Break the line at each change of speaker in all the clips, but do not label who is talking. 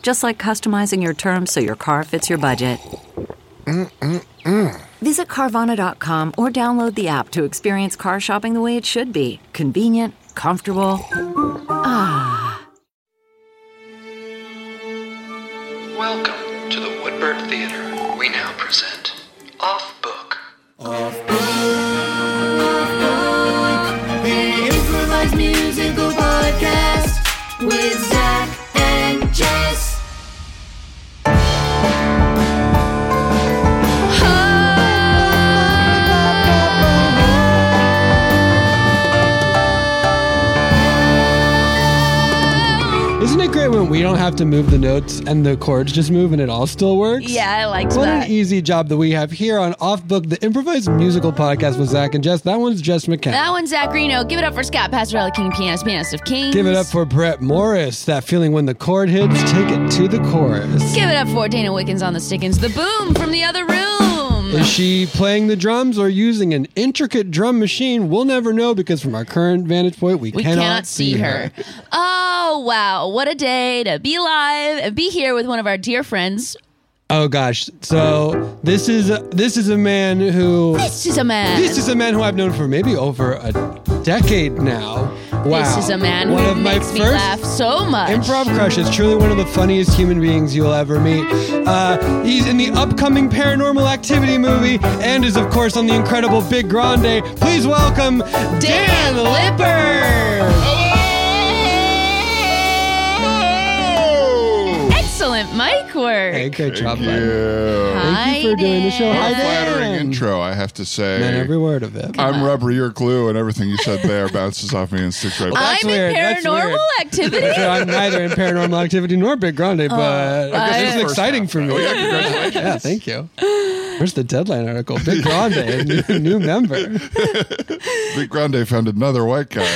Just like customizing your terms so your car fits your budget. Visit Carvana.com or download the app to experience car shopping the way it should be convenient, comfortable.
Welcome to the Woodbird Theater. We now present Off Book.
The improvised musical podcast with Zach and Jess.
Isn't it great when we don't have to move the notes and the chords just move and it all still works?
Yeah, I liked
What
that.
an easy job that we have here on Off Book, the improvised musical podcast with Zach and Jess. That one's Jess McCann.
that one's Zach Reno. Give it up for Scott Passarella, King Pianist, Pianist of Kings.
Give it up for Brett Morris. That feeling when the chord hits, take it to the chorus.
Give it up for Dana Wickens on the Stickins. The boom from the other room.
Is she playing the drums or using an intricate drum machine? We'll never know because from our current vantage point, we,
We
cannot,
cannot, see her. Oh, wow. What a day to be live and be here with one of our dear friends.
Oh gosh. So this is a, this is a man who
This is a man.
This is a man who I've known for maybe over a decade now. Wow.
This is a man
One
who
of my
makes
first
me laugh so much.
improv crushes. Truly one of the funniest human beings you'll ever meet. Uh, he's in the upcoming Paranormal Activity movie and is, of course, on the incredible Big Grande. Please welcome Dan,
Dan
Lipper.
Excellent mic work.
Hey, great job,
Thank
bud.
you.
Thank you for doing the show. Hi,
What a
Dan.
flattering intro, I have to say.
Man, every word of it.
I'm rubber, you're glue, and everything you said there bounces off me and sticks right back.
I'm
weird.
in
That's
paranormal
weird.
activity.
So I'm neither in Paranormal Activity nor Big Grande, but
Oh, I-
this is exciting for me. Yeah, thank you. Where's the deadline article? Big Grande, a new, new member.
Big Grande found another white guy.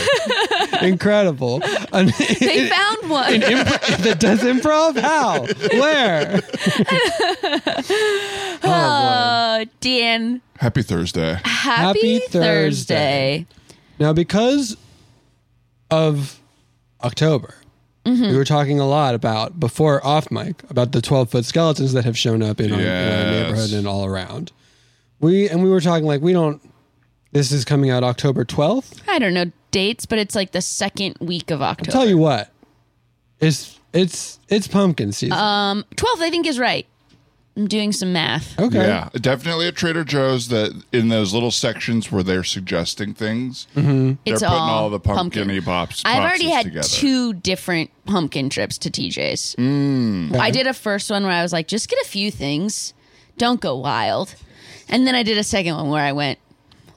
Incredible. An-
They found one.
imp- that does improv? How? Where? Oh, boy.
Oh, Dan.
Happy Thursday.
Happy,
Happy Thursday. now, because of October, we were talking a lot about before off mic about the 12 foot skeletons that have shown up in our, in our
Yes.
neighborhood and all around. We and we were talking like we don't. This is coming out October 12th.
I don't know dates, but it's like the second week of October.
Tell you what, it's it's it's pumpkin season.
Um, 12th, I think, is right. I'm doing some math.
okay,
Yeah, definitely at Trader Joe's that in those little sections where they're suggesting things,
Mm-hmm.
they're
It's
putting
all
all, the pumpkin-y pops.
I've already
boxes
had
together.
two different pumpkin trips to TJ's.
Mm.
I did a first one where I was like, just get a few things, don't go wild. And then I did a second one where I went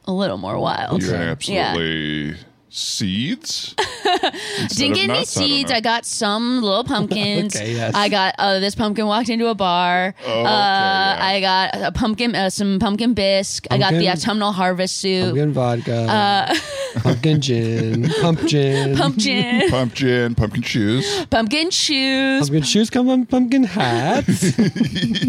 a little more wild.
You're absolutely seeds.
Uh,
instead
Didn't
of
get any
nuts, I don't
seeds.
know.
I, got some little pumpkins.
Okay, yes.
I got uh, this pumpkin walked into a bar.
Oh, okay,
uh,
yeah.
I got a pumpkin, uh, some pumpkin bisque. I got the
Pumpkin-
autumnal harvest soup.
pumpkin vodka,
Uh,
pumpkin gin, pumpkin,
Pumpkin,
pumpkin, pumpkin shoes.
pumpkin shoes.
pumpkin shoes come on pumpkin hats.
Uh-huh.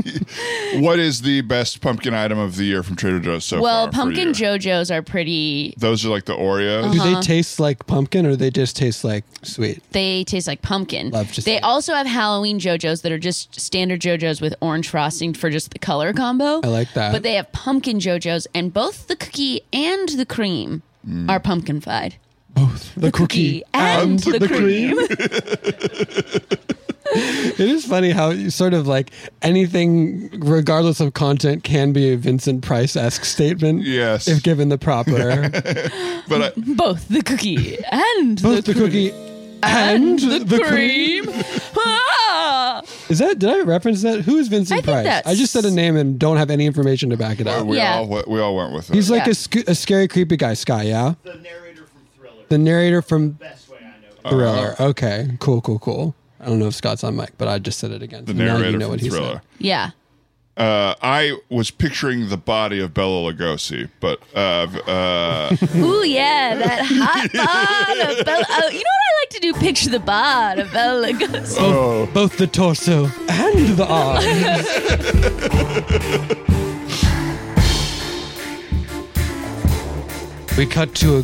What is the best pumpkin item of the year from Trader Joe's so
well,
far? for
pumpkin Uh-huh.
you?
JoJo's are pretty.
Those are like the Oreos.
Do they taste like pumpkin or they just taste like sweet?
They taste like pumpkin.
Love to see
they
it.
also have Halloween JoJo's that are just standard JoJo's with orange frosting for just the color combo.
I like that.
But they have pumpkin JoJo's, and both the cookie and the cream
Mm.
are pumpkin fried.
The
cookie and the cream.
It is funny how you sort of like anything, regardless of content, can be a Vincent Price esque statement.
Yes.
If given the proper,
But I,
Both the cookie and
both
the,
the cookie and, the, cream.
cream. Ah!
Is that, did I reference that? Who is Vincent
I think
Price?
that's-
I just said a name and don't have any information to back it up.
we
Yeah.
all went- we all went with it.
He's like
Yeah.
a, sc- a scary, creepy guy, Sky, yeah? The narrator from Thriller. Okay, cool, cool, cool. I don't know if Scott's on mic, but I just said it again.
the
So now you
narrator
know
from
what he said.
Thriller.
yeah.
Uh, I was picturing the body of Bella Lugosi, but uh, v- uh,
Ooh, yeah, that hot bod of Bella. Oh, you know what I like to do? Picture the bod of Bella Lugosi.
Both the torso and the arm. we cut to a,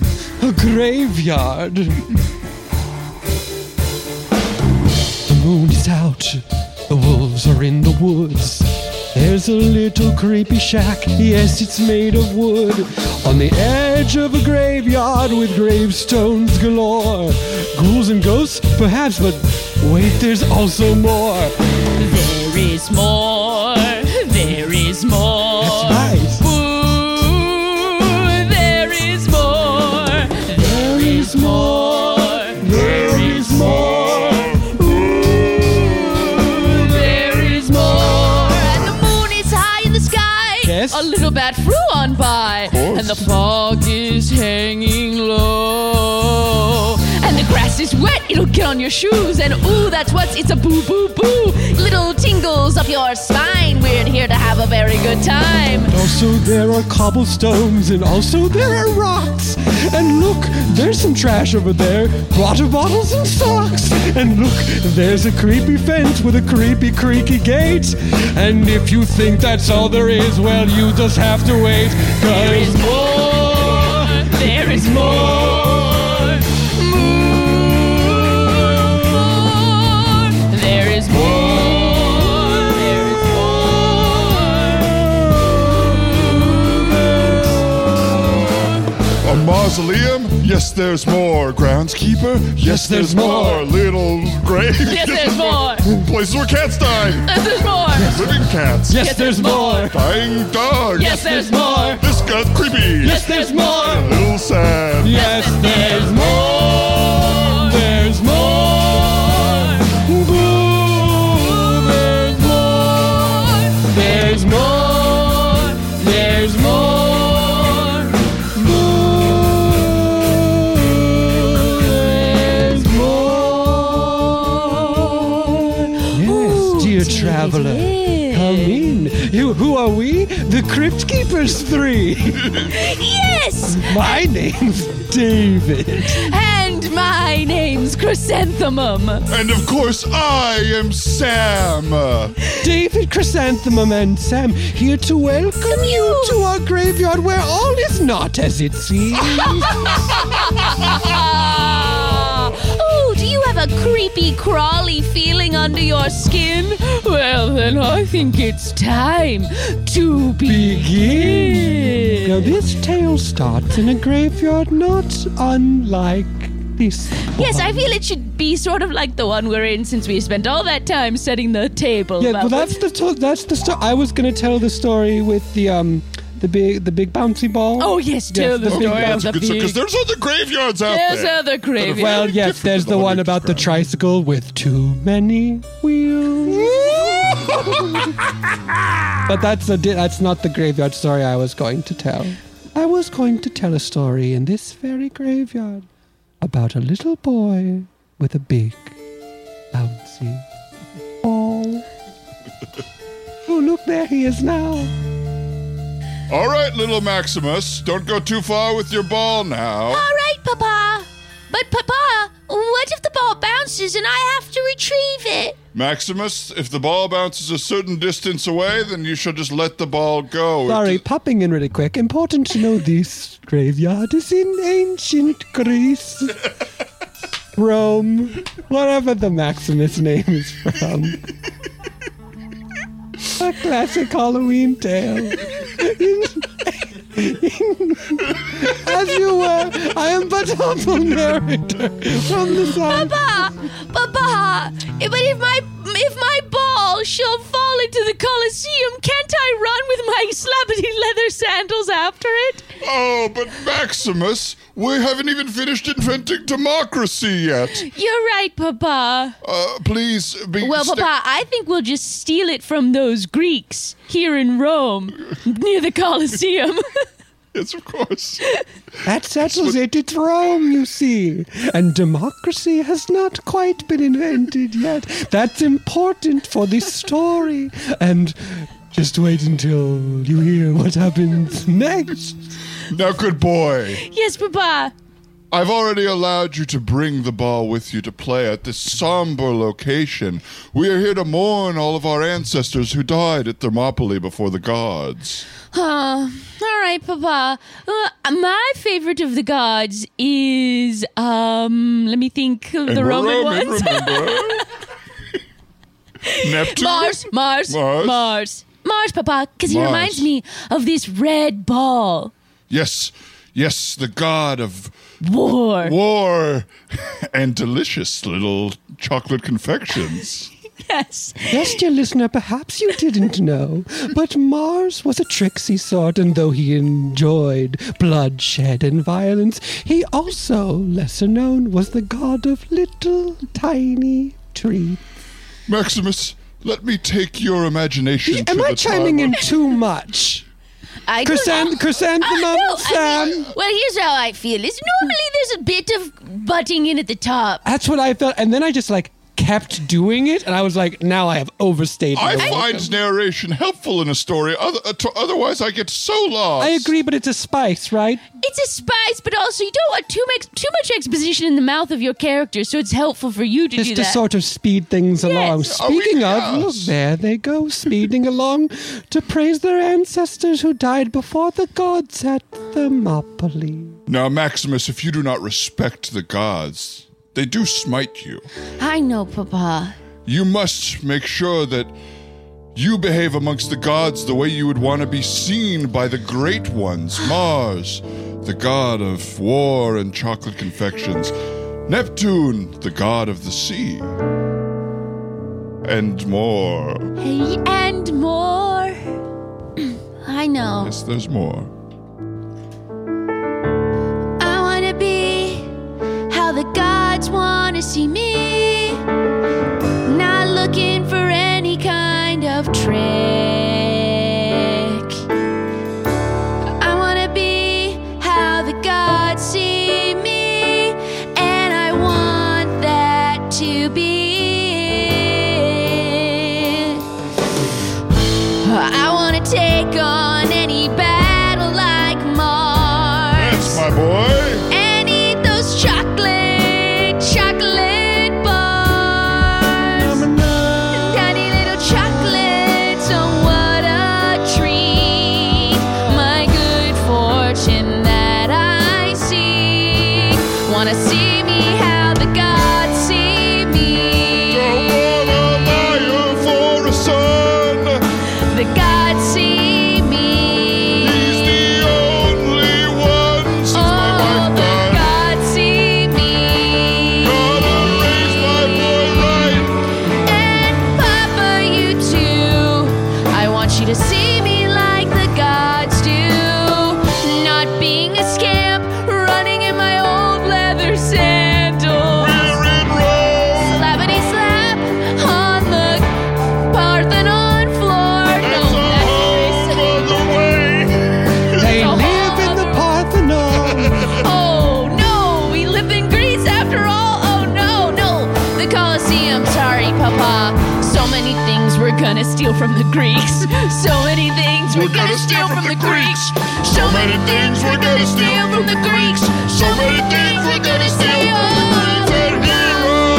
a graveyard. The moon is out. The wolves are in the woods. There's a little creepy shack. Yes, it's made of wood. On the edge of a graveyard with gravestones galore. Ghouls and ghosts, perhaps, but wait, there's also more.
There is more. There is more.
That's right.
Ooh, there is more. There is more. There is more. Ooh, there is more. And the moon is high in the sky.
Yes.
A little bat flew on by. And the fog is hanging low. And the grass is wet, it'll get on your shoes. And ooh, that's what's it's a boo boo boo. Little tingles up your spine. We're here to have a very good time.
Also, there are cobblestones, and also there are rocks. And look, there's some trash over there water bottles and socks. And look, there's a creepy fence with a creepy, creaky gate. And if you think that's all there is, well, you just have to wait. There is more.
There is more. More. There is more. There is
a mausoleum. Yes, there's more. Groundskeeper. Yes, there's more. Little grave.
Yes, there's more.
Places where cats die.
Yes, there's more.
Living cats.
Yes, there's more.
Dying dogs.
Yes, there's more.
This got creepy.
Yes, there's
A
more.
little sad.
Yes, there's more. There's more. Boo, there's more. There's more. There's more. Boo, there's more. Yes, dear traveler. Come in. You, who are we? The Crypt Keepers Three.
Yes.
My name's David.
And my name's Chrysanthemum.
And of course, I am Sam. Uh,
David Chrysanthemum and Sam here to welcome you to our graveyard where all is not as it seems.
oh, do you have a creepy, crawly feeling under your skin? Well, then I think it's time to
Begin. Now, this tale starts in a graveyard not unlike this.
Yes,
one.
I feel it should be sort of like the one we're in since we spent all that time setting the table.
Yeah,
about
well, that's
what-
the to- that's the story. I was gonna tell the story with the um the big the big bouncy ball.
Oh, yes, tell the
big
story
bouncy-
of the
Because
pig.
there's other graveyards out
There's
there.
other gravy.
Well, yes, there's the one about the tricycle with too many wheels. but that's a di- that's not the graveyard story I was going to tell. I was going to tell a story in this very graveyard about a little boy with a big bouncy ball. oh, look, there he is now.
All right, little Maximus, don't go too far with your ball now.
All right, Papa. But, Papa, what if the ball bounces and I have to retrieve it?
Maximus, if the ball bounces a certain distance away, then you should just let the ball go.
Sorry,
It-
popping in really quick. Important to know this graveyard is in ancient Greece, Rome, wherever the Maximus name is from. A classic Halloween tale. In- in- as you were, I am but humble narrator from the side.
Papa, Papa, but if my
if my ball shall fall into the Colosseum, can't I run with my slappity leather sandals after it?
Oh, but Maximus, we haven't even finished inventing democracy yet.
You're right, Papa.
Uh, please be.
Well,
sta-
Papa, I think we'll just steal it from those Greeks here in Rome near the Colosseum.
Yes, of course.
That settles it. It's Rome, you see. And democracy has not quite been invented yet. That's important for this story. And just wait until you hear what happens next.
now, good boy.
yes, Papa.
I've already allowed you to bring the ball with you to play at this somber location. We are here to mourn all of our ancestors who died at Thermopylae before the gods.
Uh, all right, Papa. Uh, my favorite of the gods is um. Let me think. of The
And we're
Roman,
Roman,
ones.
remember? Neptune.
Mars, Mars,
Mars.
Mars, Mars, Mars, Papa, because he
Mars.
reminds me of this red ball
Yes, yes, the god of
war.
war and delicious little chocolate confections.
Yes.
Yes, dear listener, perhaps you didn't know, but Mars was a tricksy sort, and though he enjoyed bloodshed and violence, he also, lesser known, was the god of little tiny treats.
Maximus, let me take your imagination. to
Am I
the
chiming
time
in
of-
too much?
I don't-
Chrysan- chrysanthemum,
I know, I
Sam.
mean, well, here's how I feel. Is normally there's a bit of butting in at the top.
That's what I felt, and then I just like kept doing it, and I was like, now I have overstated. my
I
welcome.
find narration helpful in a story. Other, uh, to- otherwise, I get so lost.
I agree, but it's a spice, right?
It's a spice, but also you don't want too much too much exposition in the mouth of your character, so it's helpful for you to
Just
do
to
that. Oh,
sort of speed things along.
Are we-
Speaking of, look,
yes.
there they go, speeding along to praise their ancestors who died before the gods at Thermopylae.
Now, Maximus, if you do not respect the gods, they do smite you.
I know, Papa.
You must make sure that you behave amongst the gods the way you would want to be seen by the great ones Mars, the god of war and chocolate confections, Neptune, the god of the sea, and more.
Hey, and more. I know.
Yes, there's more.
I wanna be how the gods wanna see me. Not looking for any kind of trick. I wanna be how the gods see me, and I want that to be it. I wanna take on any battle like
Yes,
Mars
my boy.
and eat those chocolate, chocolate bars. Tiny little chocolates, oh what a treat! My good fortune that I seek. Wanna see me how the gods see me?
Don't wanna liar for a son.
The gods see me.
He's the only one since my
Oh,
wife
the
died.
gods see me.
Gotta raise my boy right.
And Papa, you too. I want you to see me like the gods do. Not being a scamp, running in my old leather sandals. Slappity slap on the Parthenon floor. No, that's what they say.
They
all
live in the Parthenon.
Oh no, we live in Greece after all. Oh no, no, the Colosseum. Sorry, Papa. So many things we're gonna steal from the Greeks. So many things we're, gonna, steal from the Greeks. So many things we're gonna steal from the Greeks. So many things we're gonna steal from the Greeks.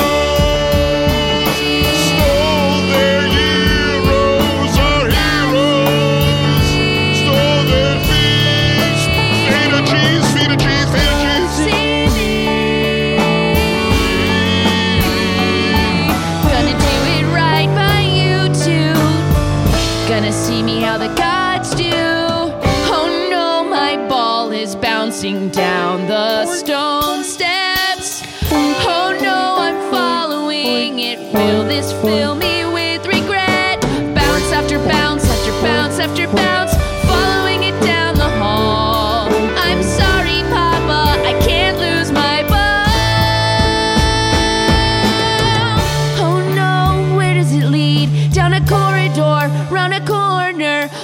Gonna do it right by you too. Gonna see me how the gods do. Oh no, my ball is bouncing down the stone steps. Oh no, I'm following it. Will this fill me with Oh, Wow,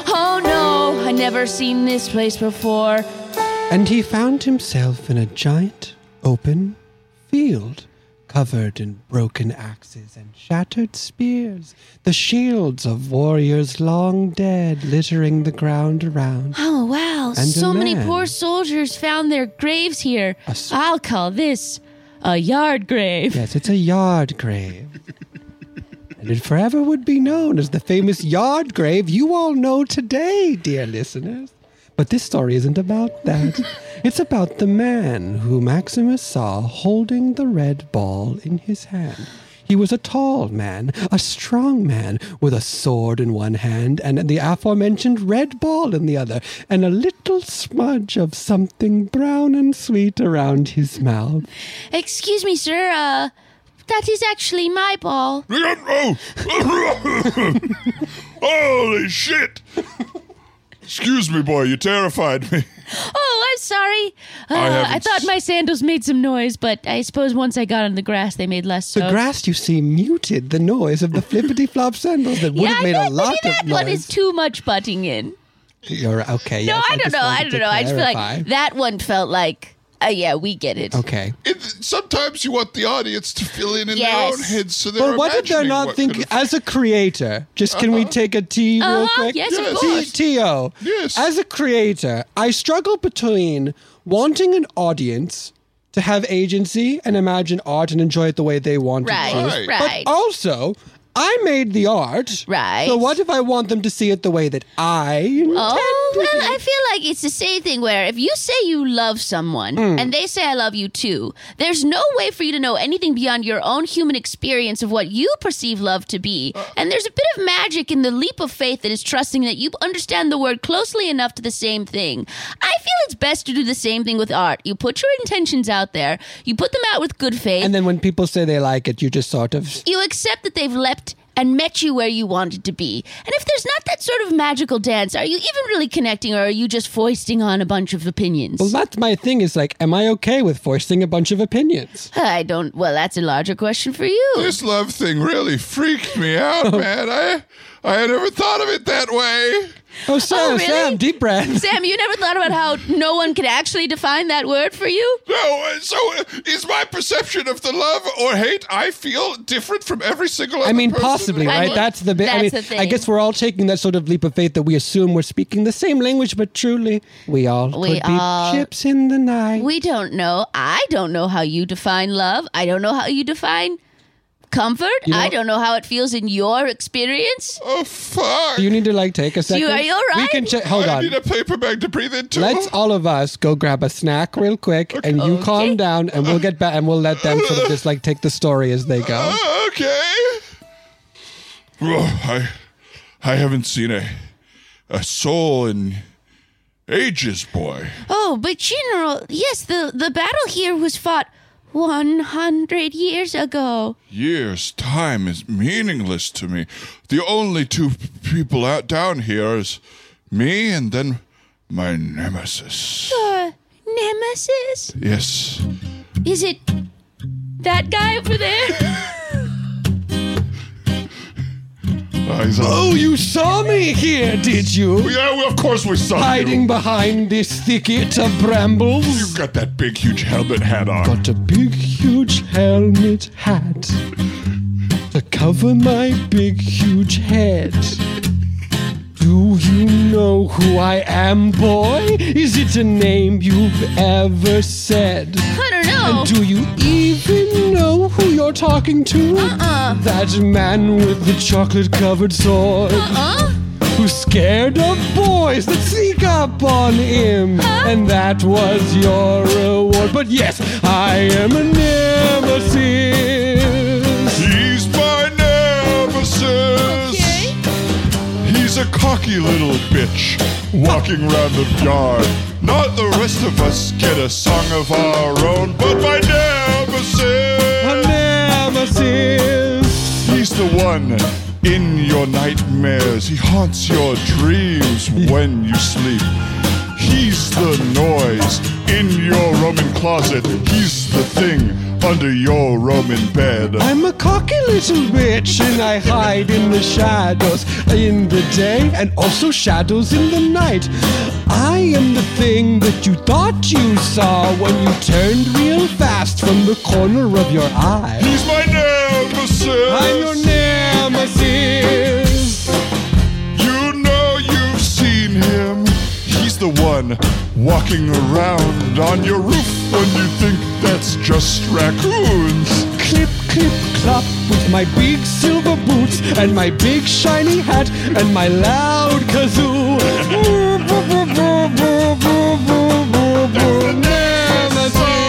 Oh, I never seen this place before.
And he found himself in a giant open field covered in broken axes and shattered spears, the shields of warriors long dead littering the ground around.
Oh wow,
And a
so many
man.
poor soldiers found their graves here.
A s-
I'll call this a yard grave.
Yes, it's a yard grave. and it forever would be known as the famous yard grave you all know today, dear listeners. But this story isn't about that. it's about the man who Maximus saw holding the red ball in his hand. He was a tall man, a strong man, with a sword in one hand and the aforementioned red ball in the other, and a little smudge of something brown and sweet around his mouth.
Excuse me, sir. Uh, that is actually my ball.
Oh. Holy shit! Excuse me, boy, you terrified me.
Oh, I'm sorry.
I
Uh, I,
haven't
thought
s-
my sandals made some noise, but I suppose once I got on the grass, they made less. So.
The grass, you see, muted the noise of the flippity flop sandals that would
yeah,
have made
I
a
know,
lot
maybe that
of
one is
noise.
too much butting in.
You're okay.
No,
yes,
I don't
just
know. I
wanted to
don't know. I just feel
clarify.
like that one felt like, uh, yeah, we get it.
Okay.
It, sometimes you want the audience to fill in in their
Yes.
own heads, so they're
But what if they're
imagining
not
what Uh-huh.
thinking
could've-
as a creator? Just can we take a tea real
Uh-huh,
quick?
yes, of Yes.
T-
course.
T.O.
Yes.
As a creator, I struggle between wanting an audience to have agency and imagine art and enjoy it the way they want
Right,
it to.
Right.
right.
But also, I made the art.
Right.
So what if I want them to see it the way that I intend
Oh,
to
well,
see
I feel like it's the same thing where if you say you love someone and they say I love you too, there's no way for you to know anything beyond your own human experience of what you perceive love to be. And there's a bit of magic in the leap of faith that is trusting that you understand the word closely enough to the same thing. I feel it's best to do the same thing with art. You put your intentions out there, you put them out with good faith,
And then when people say they like it, you just sort of.
you accept that they've leapt and met you where you wanted to be. And if there's not that sort of magical dance, are you even really connecting or are you just foisting on a bunch of opinions?
Well, that's my thing. Is like, am I okay with forcing a bunch of opinions?
I don't. Well, that's a larger question for you.
This love thing really freaked me out, man. I I had never thought of it that way.
Oh, Sam,
really?
Sam, deep breath.
Sam, you never thought about how no one could actually define that word for you?
No, uh, so uh, is my perception of the love or hate I feel different from every single other
I mean,
person
possibly,
in my
right?
mean,
life?
that's the bit. I
that's
mean,
the thing.
I guess we're all taking that sort of leap of faith that we assume we're speaking the same language, but truly, we all
We
could
all-
be ships in the night.
We don't know. I don't know how you define love. I don't know how you define comfort.
know-
I don't know how it feels in your experience.
Oh, fuck.
Do you need to like take a second?
are you all
We
right?
can check. Hold
I
on.
need a paper bag to breathe into.
Let's all of us go grab a snack real quick, and you calm down, and we'll get back, and we'll let them sort of just like take the story as they go.
Oh, okay. Oh, I, I haven't seen a, a soul in ages, boy.
Oh, but General, yes, the, the battle here was fought 100 years ago.
Years, time is meaningless to me. The only two p- people out down here is me and then my nemesis.
Uh, nemesis?
Yes.
Is it that guy over there?
I saw-
Oh, you saw me here, did you?
Yeah, well, of course we saw
Hiding
you.
behind this thicket of
You've
brambles.
got that big, huge helmet hat on.
Got a big, huge helmet hat to cover my big, huge head. Do you know who I am, boy? Is it a name you've ever said?
I don't know.
Do you even know who you're talking to? Uh-uh. That man with the chocolate covered sword.
Huh?
who's scared of boys that sneak up on him. And that was your reward. But yes, I am a nemesis.
He's my nemesis.
Okay.
He's a cocky little bitch walking around the yard. Not the rest of us get a song of our own, but my
A
nemesis.
nemesis.
He's the one in your nightmares. He haunts your dreams when you sleep. He's the noise in your Roman closet. He's the thing under your Roman bed.
I'm a cocky little witch and I hide in the shadows in the day and also shadows in the night. I am the thing that you thought you saw when you turned real fast from the corner of your eye.
He's my nemesis.
I'm your nemesis.
You know you've seen him. He's the one walking around on your roof when you think that's just raccoons.
Clip, clip, clop with my big silver boots and my big shiny hat and my loud kazoo.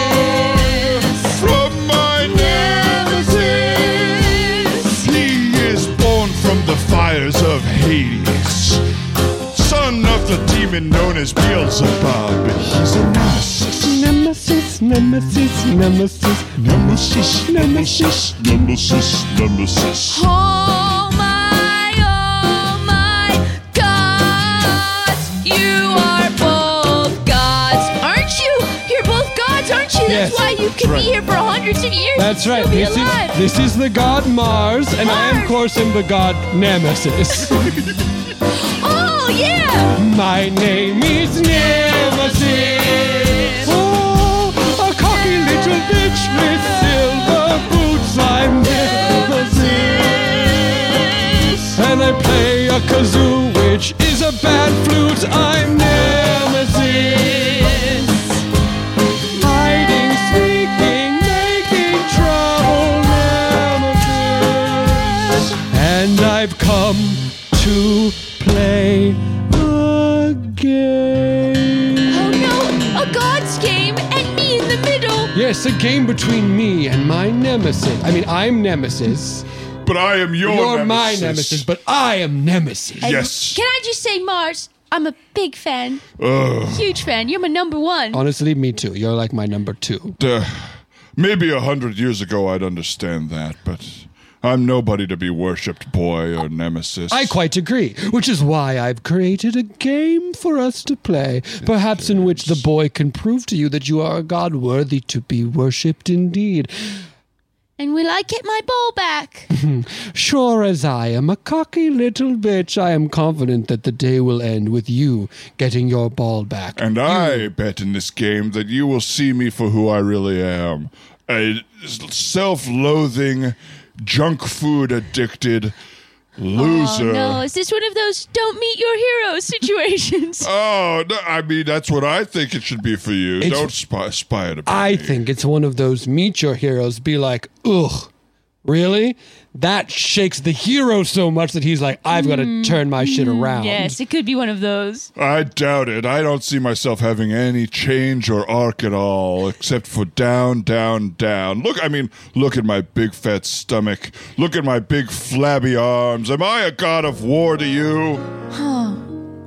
Nemesis.
From my nemesis. He is born from the fires of Hades. Son of the demon known as Beelzebub. He's a nemesis.
Nemesis, nemesis, nemesis.
Nemesis, nemesis, nemesis, nemesis.
Oh my, oh my gods. You are both gods, aren't you? You're both gods, aren't you? That's
Yes,
why you can
right.
be here for hundreds of years.
That's
and
right.
Still be
This
alive.
is, this is the god Mars, and I am, of course, am the god Nemesis.
oh yeah.
My name is Nemesis. Oh, a cocky little bitch with silver boots. I'm Nemesis. And I play a kazoo, which is a bad flute. I'm Nemesis. Hiding, sneaking, making trouble, Nemesis. And I've come to play a game.
Oh no, a gods game and me in the middle.
Yes, a game between me and my nemesis. I mean, I'm nemesis.
But I am your
You're
nemesis.
my nemesis, but I am nemesis.
And
Yes.
Can I just say, Mars? I'm a big fan,
Ugh.
huge fan. You're my number one.
Oh.
Honestly, me too. You're like my number two.
Uh, maybe a hundred years ago I'd understand that, but I'm nobody to be worshipped, boy or nemesis.
I quite agree, which is why I've created a game for us to play, perhaps in which the boy can prove to you that you are a god worthy to be worshipped indeed.
and will I get my ball back?
Sure as I am a cocky little bitch, I am confident that the day will end with you getting your ball back.
And I bet in this game that you will see me for who I really am a self loathing, junk food addicted loser.
Oh no, is this one of those don't meet your hero situations?
Oh, no, I mean, that's what I think it should be for you.
It's-
Don't spy, aspire to be.
I think it's one of those meet your heroes, be like, ugh, really? That shakes the hero so much that he's like, I've got to turn my shit around.
Yes, it could be one of those.
I doubt it. I don't see myself having any change or arc at all, except for down, down, down. Look, I mean, look at my big fat stomach. Look at my big flabby arms. Am I a god of war to you?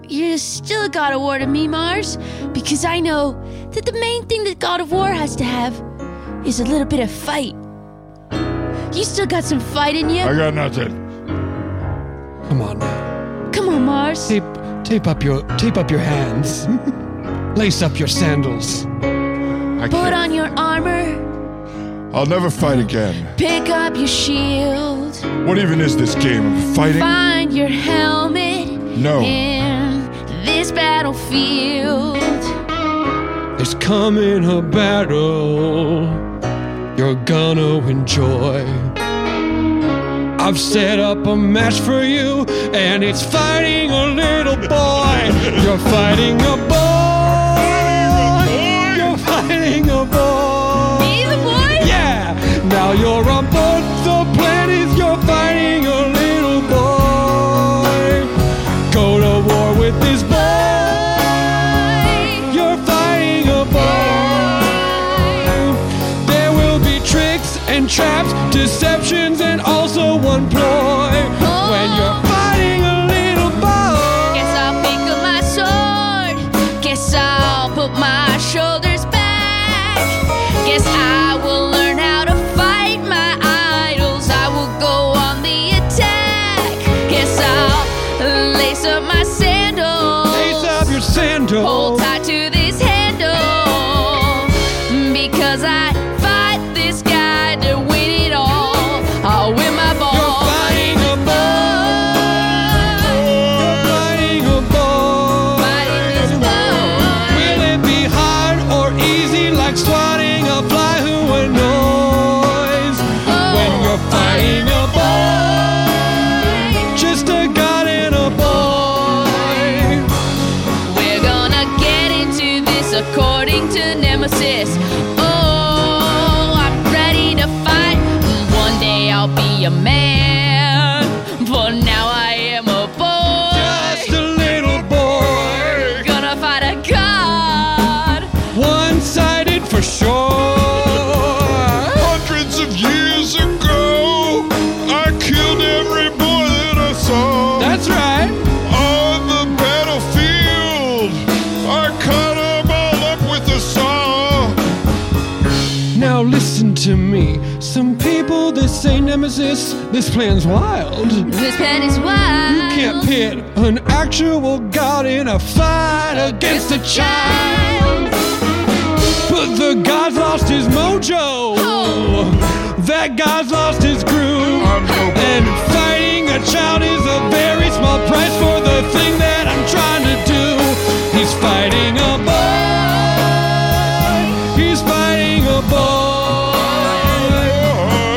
You're still a God of War to me, Mars, because I know that the main thing that God of War has to have is a little bit of fight. You still got some fight in you?
I got nothing.
Come on now.
Come on, Mars.
Tape, tape up your tape up your hands. Lace up your sandals.
I
Put
can't.
on your armor,
I'll never fight again.
pick up your shield,
What even is this game? Fighting?
find your helmet
No.
in this battlefield.
There's coming a battle you're gonna enjoy. I've set up a match for you, and it's fighting a little boy. You're fighting a boy. You're fighting a boy.
Be the boy?
Yeah, now you're on both the planets. You're fighting a little boy. Go to war with this boy. You're fighting a boy. There will be tricks and traps, deceptions, and also one ploy. When you're fighting a little boy,
Guess I'll pick up my sword. Guess I'll put my shoulders back. Guess I will learn how to fight my idols. I will go on the attack. Guess I'll lace up my sandals.
lace up your
Hold
sandals.
tight to this handle.
according to Nemesis. Oh, I'm ready to fight. One day I'll be a man, but now I am a boy.
Just a little boy,
Gonna fight a god.
one sided for sure.
Hundreds of years ago, I killed every boy that I saw.
That's right.
On the battlefield, I cut 'em all up with a saw.
Now listen to me. Some people they say nemesis, this plan's wild. You
This pen is wild.
can't pit an actual god in a fight against a child. But the god's lost his mojo. That god's lost his groove. And fighting a child is a very small price for the thing that I'm trying to do. He's fighting a boy. He's fighting a boy.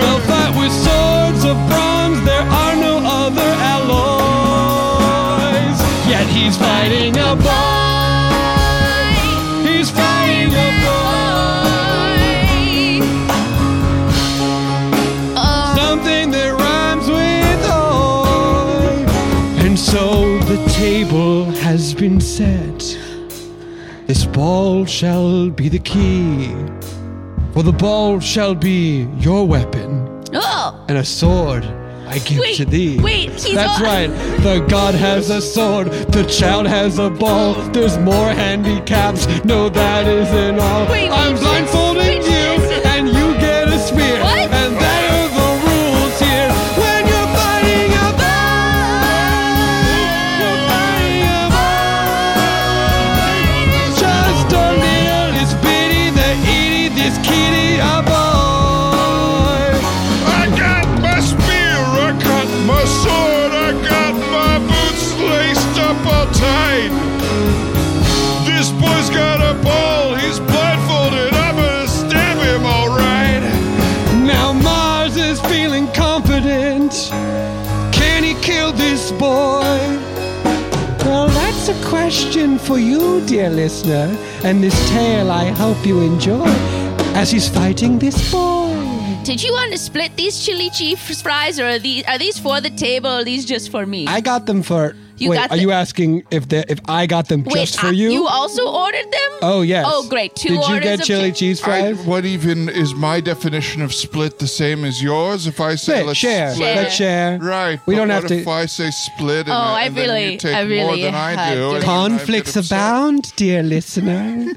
They'll fight with swords of bronze. There are no other alloys. Yet he's fighting a boy. He's fighting a boy. Something that rhymes with oi. And so the table has been set. This ball shall be the key. For the ball shall be your weapon
Oh,
and a sword I give
Wait,
to thee.
wait, he's
That's
all-
right. The god has a sword, the child has a ball. There's more handicaps. No, that isn't all.
Wait, wait,
I'm
wait,
blindfolding
wait,
you,
wait.
and you get a spear.
What?
And that are the rules here. When you're fighting a ball, you're fighting a ball. Just a little, it's bitty, the itty, this kitty, a boy.
I got my spear, I got my sword, I got my boots laced up all tight. This boy's got a ball, he's blindfolded, I'm gonna stab him alright.
Now Mars is feeling confident. Can he kill this boy? Well, that's a question for you, dear listener, and this tale I hope you enjoy as he's fighting this boy.
did you want to split these chili cheese fries, or are these are these for the table? Or are these just for me?
I got them for.
You
wait,
got
are
the-
you asking if the, if I got them
Wait,
just for
uh,
you?
You also ordered them?
oh yes.
Oh, great. Two
Did
orders
you get
of
chili
chi-
cheese fries?
what even is my definition of split the same as yours? If I say
Split,
let's
share,
split
let's share.
Right.
We
but
don't have
what
to.
If I say split, and
Oh,
I,
I
and then you
really- I
take more
really
than I
have
do,
to-
and then I get
Conflicts
upset.
abound, dear listener.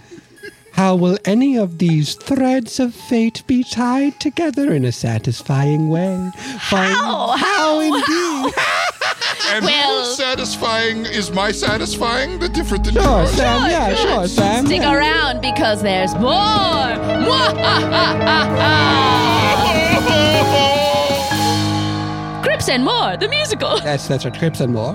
How will any of these threads of fate be tied together in a satisfying way? Find how? How indeed?
And
Well-
who's satisfying is my satisfying the different than
Sure,
yours?
Sam. Yeah, sure, Sam.
Stick
yeah.
around because there's more. Mwahahahaha. Crips and More, the musical.
That's that's right. Crips and more.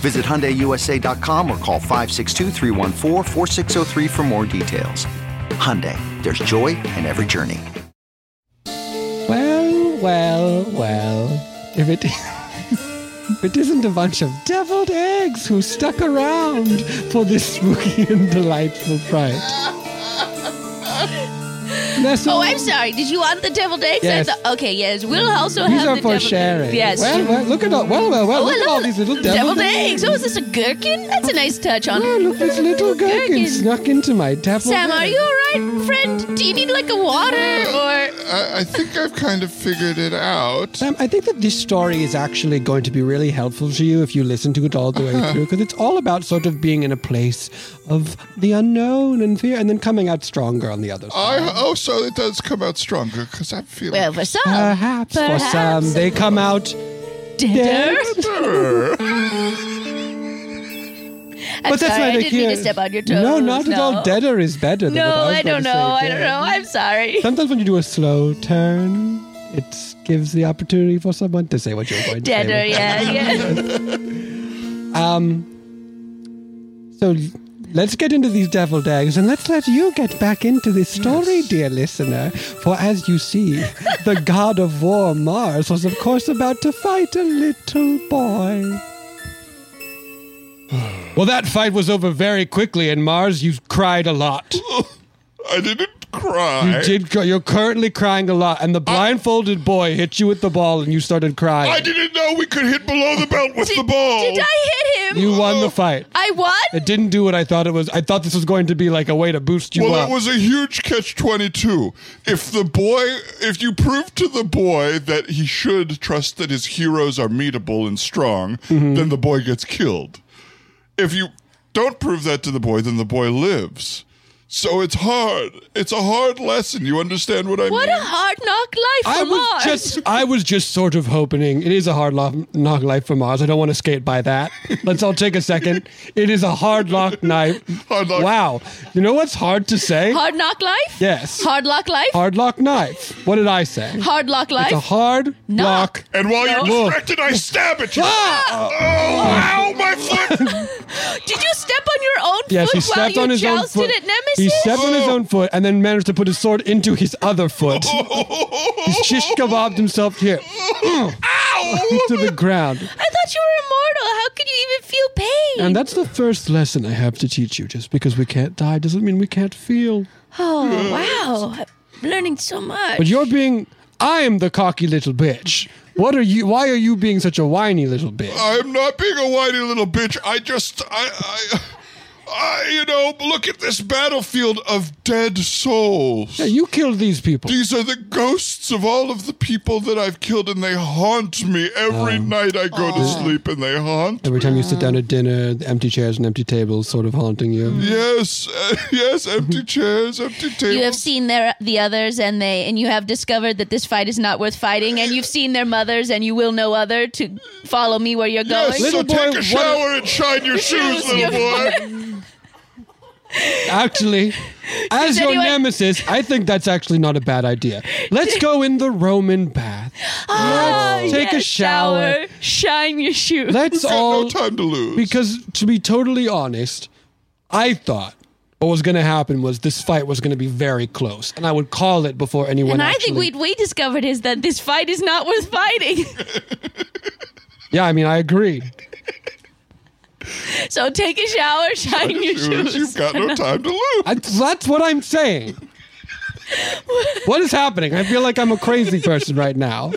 Visit HyundaiUSA.com or call 562-314-4603 for more details. Hyundai, there's joy in every journey.
Well, well, well. If it, if it isn't a bunch of deviled eggs who stuck around for this spooky and delightful fright.
oh, I'm sorry. Did you want the deviled eggs? I
Yes.
thought- okay, yes. We'll also
These
have
are
the
for
deviled
sharing.
eggs. Yes.
Well, well, look at all. Well, well,
Oh,
well.
I
look at
love
all these little deviled,
eggs. Oh, is this a gherkin? That's a nice touch on
Oh,
it.
look, this little gherkin snuck into my deviled
Sam, are
egg.
you all right, friend? Do you need like a water or?
I, I think I've kind of figured it out.
Sam, I think that this story is actually going to be really helpful to you if you listen to it all the way
Uh-huh.
through, because it's all about sort of being in a place of the unknown and fear, and then coming out stronger on the other side.
I oh, so it does come out stronger because I'm feeling.
Well, for some,
Perhaps, for some, they come out. Deader.
I'm
but that's
sorry,
not
I
a
didn't mean to
cure.
step on your toes.
No, not at all. Deader is better. Than
No,
what I, was
I
going
don't
to
know.
say,
I
dead.
don't know. I'm sorry.
Sometimes when you do a slow turn, it gives the opportunity for someone to say what you're going to
Deader,
say.
yeah, yeah.
Um. So let's get into these deviled eggs, and let's let you get back into this story, dear listener. For as you see, the god of war Mars was, of course, about to fight a little boy. Well, that fight was over very quickly, and Mars, you cried a lot.
I didn't cry.
You did. cry- You're currently crying a lot, and the blindfolded boy hit you with the ball, and you started crying.
I didn't know we could hit below the belt with the ball.
Did I hit him?
You won the fight.
I won.
It didn't do what I thought it was. I thought this was going to be like a way to boost you
well,
up.
it was a huge catch 22. If the boy, if you prove to the boy that he should trust that his heroes are meetable and strong,
Mm-hmm.
then the boy gets killed. If you don't prove that to the boy, then the boy lives. So it's hard. It's a hard lesson. You understand what I
What
mean?
a hard knock life
I
for
was
Mars.
just I was just sort of hoping it is a hard lo- knock life for Mars. I don't want to skate by that. Let's all take a second. It is a hard knock knife.
Hard knock.
Wow. You know what's hard to say?
hard knock life.
Yes.
Hard knock life.
Hard knock knife. What did I say?
Hard knock life.
It's a hard knock.
Knock.
and while you're
No.
distracted, I stab at you.
Ah!
Oh, ow, my foot!
Did you step on your own
Yes,
foot
he stepped
while
on
you
his own
jousted
foot.
at Nemesis?
He stepped on his
Oh.
own foot and then managed to put his sword into his other foot. He's shish kebabbed himself here to the ground.
I thought you were immortal. How could you even feel pain?
And that's the first lesson I have to teach you. Just because we can't die doesn't mean we can't feel.
oh wow, I'm learning so much.
But you're being. I am the cocky little bitch. What are you? Why are you being such a whiny little bitch?
I'm not being a whiny little bitch. I just, I, I, I, you know, look at this battlefield of dead souls.
Yeah, you killed these people.
These are the ghosts of all of the people that I've killed, and they haunt me every night I go to sleep, and they haunt.
Oh. Every time you sit down at dinner, the empty chairs and empty tables sort of haunting you.
Yes, uh, yes,
Mhm.
empty chairs, empty tables.
You have seen their the others, and they and you have discovered that this fight is not worth fighting. And you've seen their mothers, and you will no other to follow me where you're going.
Yes,
Little boy,
so take
what-
a shower and shine your shoes,
Shoes,
little boy.
Actually, as your
anyone-
nemesis, I think that's actually not a bad idea. Let's go in the Roman bath.
Ah,
Let's take a
yes,
shower.
shine your shoes.
Let's
Got
all
no time to lose.
Because to be totally honest, I thought what was going to happen was this fight was going to be very close, and I would call it before anyone.
and I
actually,
think we we discovered is that this fight is not worth fighting.
Yeah, I mean, I agree.
so take a shower, shine your
Shoes,
shoes.
You've got no time to lose.
I, that's what I'm saying. what is happening? I feel like I'm a crazy person right now.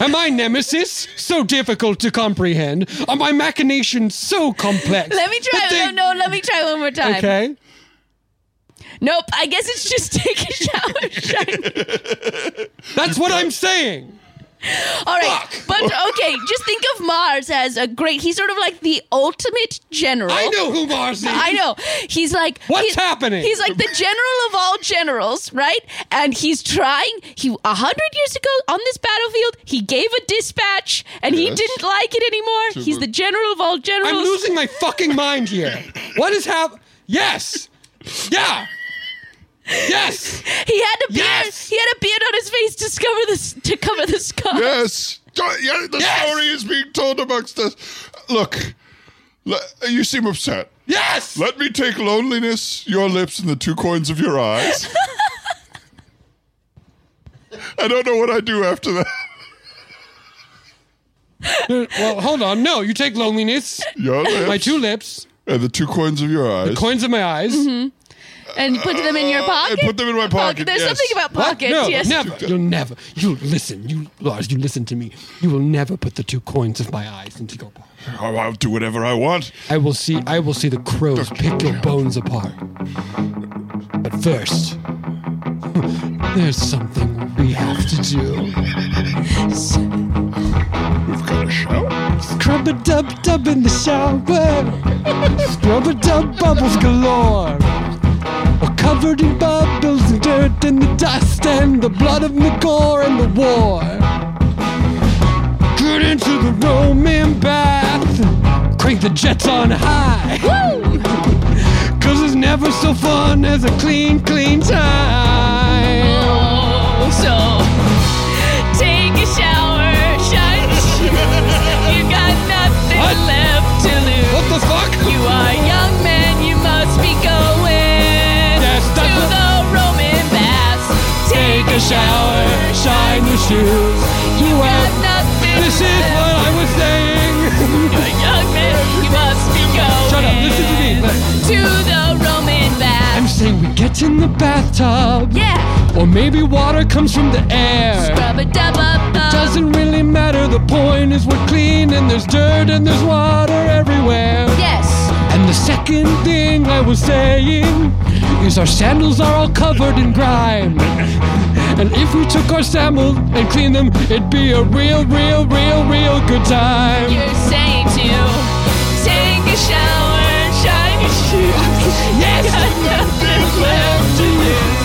Am I nemesis so difficult to comprehend? Are my machinations so complex?
Let me try.
that they-
no, no, let me try one more time.
Okay.
Nope. I guess it's just take a shower, shine
That's what I'm saying.
All right, but okay, just think of Mars as a great. He's sort of like the ultimate general.
I know who Mars is.
I know. He's like
What's
he's-
happening?
He's like the general of all generals, right? And he's trying. He a hundred years ago on this battlefield, he gave a dispatch, and he
Yes.
didn't like it anymore.
To
he's
the-
the general of all generals.
I'm losing my fucking mind here. What is happening? Yes. Yeah. Yes.
He had a beard.
Yes.
He had a beard on his face to cover this to cover the scar.
Yes. Go- Yeah, the
Yes.
story is being told amongst us. look, le- you seem upset.
Yes!
Let me take loneliness, your lips, and the two coins of your eyes. I don't know what I do after that.
well, hold on. No, you take loneliness.
Your lips.
My two lips.
And the two coins of your eyes.
The coins of my eyes.
Mhm. And you put them in your pocket.
put them in my pocket,
There's
yes.
something about
What?
pockets.
No,
yes.
never. You'll never. You listen. You Lars. You listen to me. You will never put the two coins of my eyes into your pocket.
Oh, I'll do whatever I want.
I will see. I will see the crows pick your bones apart. But first, there's something we have to do.
We've got a shower.
Scrub a dub dub in the shower. Scrub a dub bubbles galore. We're covered in bubbles and dirt and the dust and the blood of the gore and the war. Get into the Roman bath. Crank the jets on high. Cause it's never so fun as a clean, clean time.
So take a shower, shine. you got nothing left to lose.
What the fuck?
You are young man, you must be going
Yes,
to
that's what-
the Roman baths.
Take a shower, shine your shoes. You
got
have
nothing
This is
left.
what I was saying.
You're young man, you must be going
Shut up, listen to me.
to the Roman
I'm
baths.
saying we get in the bathtub.
Yeah,
Or maybe water comes from the air.
rub a dub up up.
Doesn't really matter, the point is we're clean and there's dirt and there's water everywhere.
Yes.
And the second thing I was saying is our sandals are all covered in grime. And if we took our sandals and cleaned them, it'd be a real, real, real, real good time.
You're saying to take a shower, shine your shoes.
Yes.
Got nothing left to lose.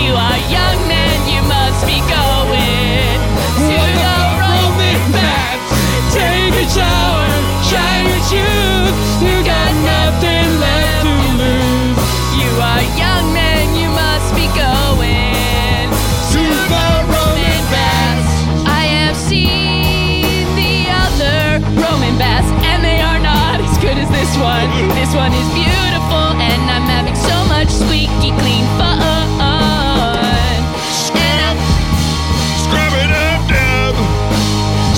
You are young man, you must be going to
What
the
the
Roman baths.
Take a shower, shine your shoes. You got nothing left to lose.
You are young man, you must be going to the Roman baths. I have seen the other Roman baths, and they are not as good as this one. This one is beautiful, and I'm having so much squeaky clean fun. And I'm
Scrub it up, dub.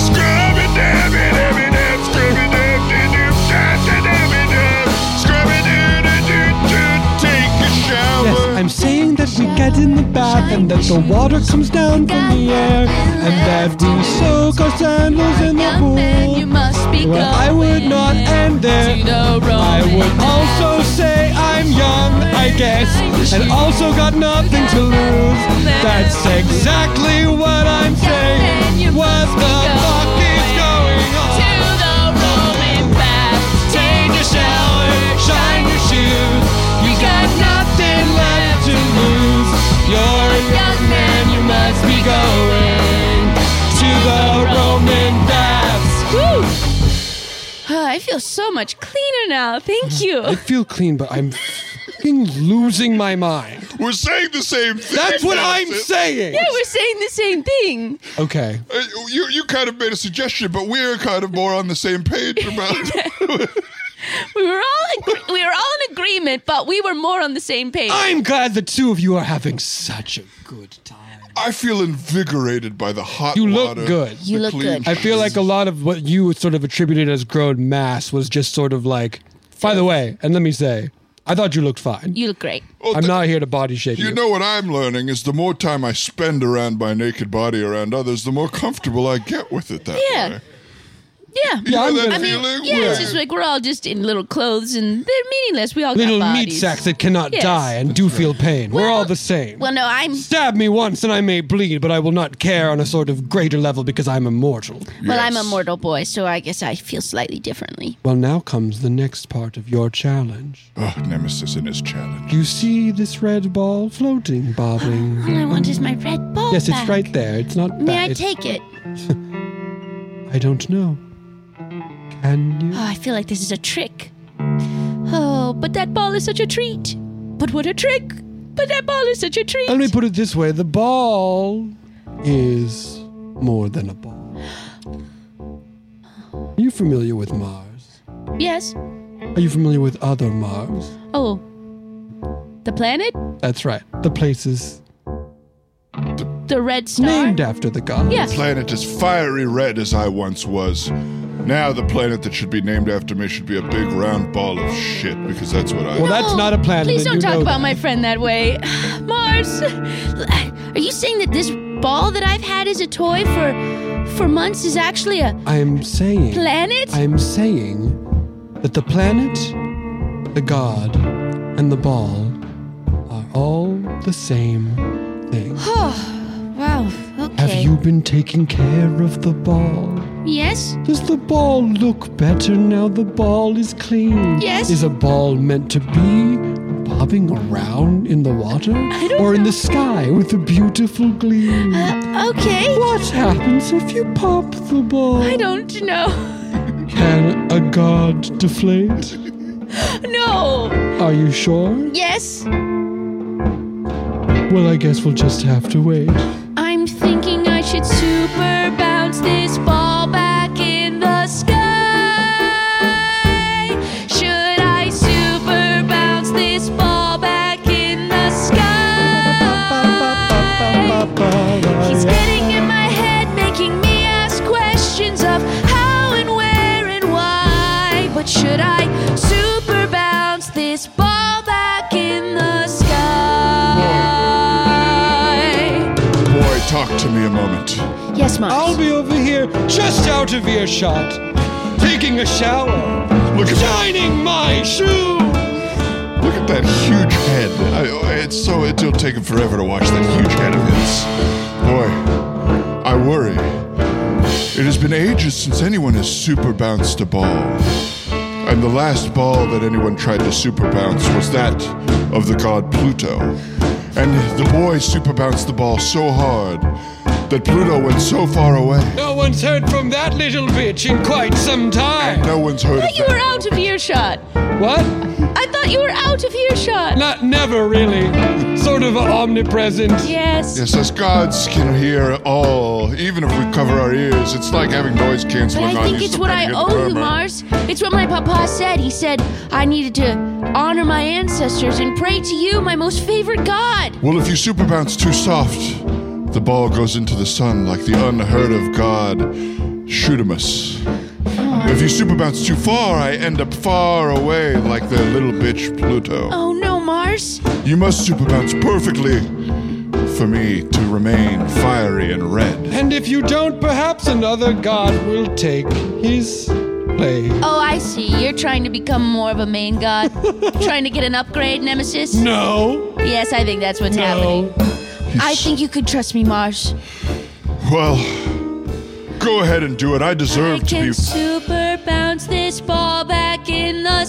Scrub it, dab it, dab it, dab. Scrub it, dab, dab, dab, dab, dab, dab, it, dab. Scrub it, dab, dab, dab, dab. Take a
Yes,
shower.
I'm saying that we get in the bath and that the water comes down from the air and that we soak our sandals in the
young man, you
pool.
must be
Well, I
going
would not end
to
there.
the Roman
I would
baths.
also say I'm young, I guess, and also got nothing to lose. That's exactly what I'm saying. What the fuck is going on?
to the Roman baths.
Take a shower, shine your shoes. You got nothing left to lose. You're a young man, you must be going to the Roman baths.
Woo! Ah, I feel so much cleaner now. Thank you.
I feel clean, but I'm fucking losing my mind.
We're saying the same thing.
That's what I'm
Madison.
saying.
Yeah, we're saying the same thing.
Okay.
Uh, You you kind of made a suggestion, but we're kind of more on the same page about.
We were all agree- we were all in agreement, but we were more on the same page.
I'm glad the two of you are having such a good time.
I feel invigorated by the hot
You look
water.
good.
You
the
look
clean
good.
I feel like a lot of what you sort of attributed as grown mass was just sort of like, by the way, and let me say, I thought you looked fine.
you look great.
Oh,
I'm
th-
not here to body shape you.
You know what I'm learning is the more time I spend around my naked body around others, the more comfortable I get with it that
Yeah.
way.
Yeah.
You know
I'm
that
gonna- I mean,
feeling?
Yeah,
where-
it's just like we're all just in little clothes and they're meaningless. We all
Little
got
meat
bodies.
sacks that cannot
Yes.
die and do feel pain. We're all the same.
Well, no, I'm
Stab me once and I may bleed, but I will not care on a sort of greater level because I'm immortal.
well, I'm a
Yes.
mortal boy, so I guess I feel slightly differently.
Well, now comes the next part of your challenge.
Oh, Nemesis and his challenge.
You see this red ball floating, bobbing.
All I want is my red ball.
Mm-hmm. yes, it's
back.
right there. It's not
May
bad.
I
It's-
take it?
I don't know. Can you?
Oh, I feel like this is a trick. Oh, but that ball is such a treat. But what a trick! But that ball is such a treat.
Let me put it this way the ball is more than a ball. Are you familiar with Mars?
Yes.
Are you familiar with other Mars?
Oh. The planet?
That's right. The places
The red star?
named after the gods.
Yeah.
The planet as fiery red as I once was. Now the planet that should be named after me should be a big round ball of shit because that's what I.
Well, that's not a planet.
Oh, Please
and
don't
you
talk
know
about
that.
my friend that way. Mars, are you saying that this ball that I've had as a toy for for months is actually a
I'm saying.
planet?
I'm saying that the planet, the god, and the ball are all the same thing.
wow. Okay.
Have you been taking care of the ball?
Yes.
Does the ball look better now the ball is clean?
Yes.
Is a ball meant to be bobbing around in the water or in the sky with a beautiful gleam?
Uh, Okay.
What happens if you pop the ball?
I don't know.
Can a god deflate?
No.
Are you sure?
Yes.
Well, I guess we'll just have to wait.
I'm thinking I should super bounce this ball back in the sky. Should I super bounce this ball back in the sky? He's getting in my head, making me ask questions of how and where and why. But should I super bounce this ball back in the sky?
Boy, talk to me a moment.
Yes, Mom.
I'll be over here, just out of earshot, taking a shower,
Look at that!
shining my shoe.
Look at that huge head. I, oh, it's so it'll take him forever to watch that huge head of his. Boy, I worry. It has been ages since anyone has super bounced a ball. And the last ball that anyone tried to super bounce was that of the god Pluto. And the boy super bounced the ball so hard that Pluto went so far away.
No one's heard from that little bitch in quite some time.
No one's heard
I
of
thought you were out
that.
of earshot.
What?
I thought you were out of earshot.
Not never really. Sort of omnipresent.
Yes.
Yes, us gods can hear all, even if we cover our ears. It's like having noise
But
canceling on.
I think
You
it's
still
what I
can't hear the
owe you,
murmur.
Mars. It's what my papa said. He said I needed to honor my ancestors and pray to you, my most favorite god.
Well, if you super bounce too soft, the ball goes into the sun like the unheard of god Shootimus. If you super bounce too far, I end up far away like the little bitch Pluto.
Oh no, Mars.
You must super bounce perfectly for me to remain fiery and red.
And if you don't, perhaps another god will take his place.
Oh, I see. You're trying to become more of a main god. trying to get an upgrade, Nemesis.
No.
Yes, I think that's what's happening. I think you could trust me, Mars.
Well, go ahead and do it. I deserve
I
to
can
be
super bounce this ball back in the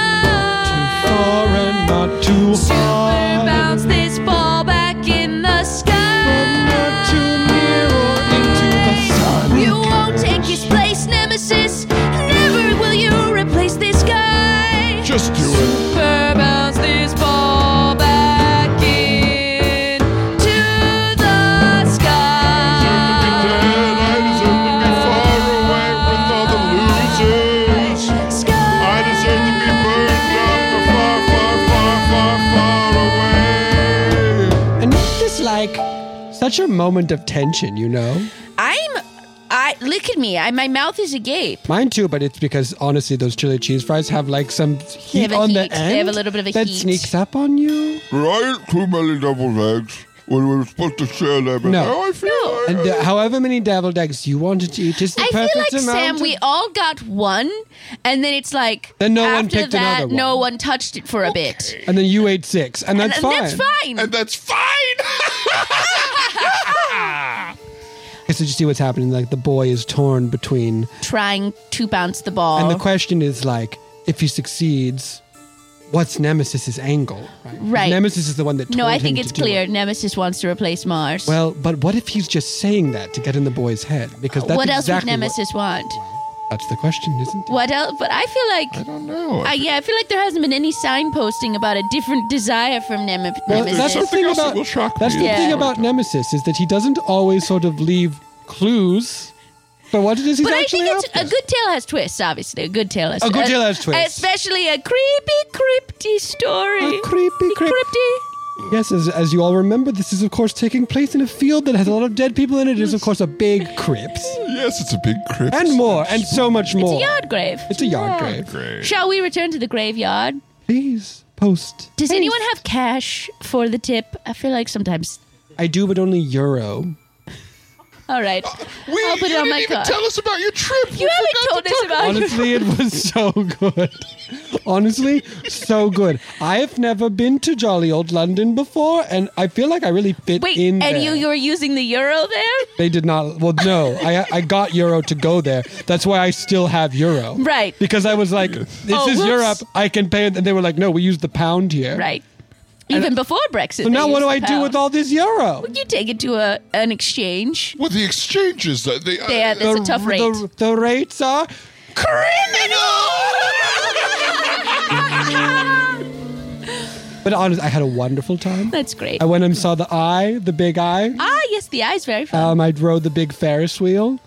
sky.
Far and not too
Super
hard.
bounce this ball back in the
Not
sky.
too near or into the sun.
You won't take his place, Nemesis. Never will you replace this guy.
Just do it.
Super bounce this ball back in to the sky.
I deserve to be far away with all the losers. I deserve to be burned up or far, far, far, far, far away.
And it's just like such a moment of tension, you know?
I'm. I look at me. I, my mouth is agape.
Mine too, but it's because honestly, those chili cheese fries have like some heat
have a
on
heat.
the
They
end.
have a little bit of a
that
heat.
sneaks up on you.
Did I eat too many deviled eggs when we were supposed to share them?
No.
Now I feel like
And
I-
uh, however many deviled eggs you wanted to eat is the
I feel
perfect
like
amount.
Sam,
of-
we all got one, and then it's like
Then no one
after
picked
that,
another one.
no one touched it for a bit.
and then you ate six, and that's
and
fine.
that's fine.
and that's fine.
Okay, So you see what's happening. Like the boy is torn between,
Trying to bounce the ball.
and the question is like, if he succeeds, what's Nemesis's angle? Right. 'Cause
Right.
Nemesis is the one that.
no,
told
I
him
think
to
it's
do
clear.
it.
Nemesis wants to replace Mars.
Well, but what if he's just saying that to get in the boy's head? Because that's
what else
exactly
would
what-
Nemesis want?
that's the question, isn't it?
What else? But I feel
I
like.
don't know.
I, yeah, I feel like there hasn't been any signposting about a different desire from Nem-
Well,
Nemesis.
that's the
something
thing
else that
about
will shock
that's
me
the
is
thing
what
about Nemesis is that he doesn't always sort of leave clues But what does he
But I
actually
think it's,
have?
a good tale has twists, obviously. A good tale has
A good tale has twists.
Especially a creepy, crypty story. A creepy, crypty.
Yes, as, as you all remember, this is of course taking place in a field that has a lot of dead people in it. It is of course a big crypt.
Yes, it's a big crypt.
And more, and so much
It's
more.
a yard grave.
Oh. It's a yard
Yeah.
grave.
Shall we return to the graveyard?
Please post.
Does anyone have cash for the tip? I feel like sometimes.
I do, but only euro.
All right. I'll put it on my card.
Tell us about your trip.
You haven't told us about
Honestly, it was so good. Honestly, so good. I have never been to jolly old London before, and I feel like I really fit
Wait,
in.
and
there.
you you were using the euro there?
They did not. Well, no, I I got euro to go there. That's why I still have euro.
Right.
Because I was like, this
Oh,
is
whoops.
Europe. I can pay it. And they were like, no, we use the pound here.
Right. Even before Brexit.
So now what do I do with all this euro?
You take it to a an exchange.
Well, the exchanges. uh, They, they,
Yeah, there's a tough rate.
The, the rates are. But honestly, I had a wonderful time.
That's great.
I went and saw the eye, the big eye.
ah, yes, the eye's very fun.
Um, I rode the big Ferris wheel.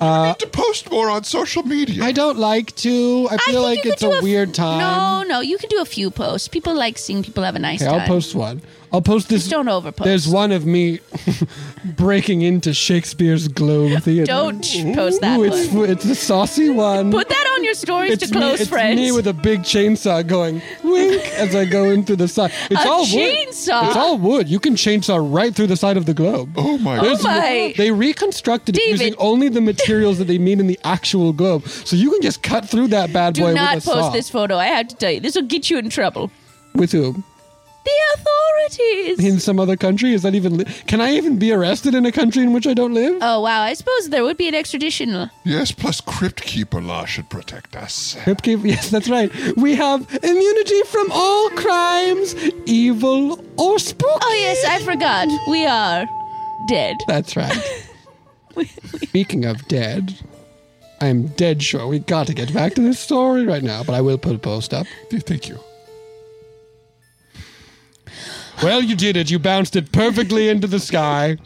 Uh,
need to post more on social media.
I don't like to. I feel
think
like
you
it's
could do
a
f-
weird time.
No, no, you can do a few posts. People like seeing people have a nice
okay,
time.
I'll post one. I'll post this.
Just don't overpost.
There's one of me breaking into Shakespeare's Globe Theater.
Don't post that
Ooh, it's, it's a saucy one.
Put that on your stories
it's
to close
me, it's
friends.
me with a big chainsaw going wink as I go into the side. It's
A
all
chainsaw?
wood. It's all wood. You can chainsaw right through the side of the globe.
Oh my
There's-
my.
They reconstructed it
David.
using only the materials that they need in the actual globe, so you can just cut through that bad
do
boy
not
with
post
a saw.
this photo. I have to tell you, this will get you in trouble.
With whom?
The authorities.
In some other country? Is that even? Li- can I even be arrested in a country in which I don't live?
oh wow! I suppose there would be an extradition. law.
Yes, plus Crypt Keeper Law should protect us.
Crypt Keep- yes, that's right. We have immunity from all crimes, evil or spooky.
Oh yes, I forgot. We are dead.
That's right. Speaking of dead, I am dead sure we got to get back to this story right now, but I will put a post up.
Thank you.
Well, you did it. You bounced it perfectly into the sky.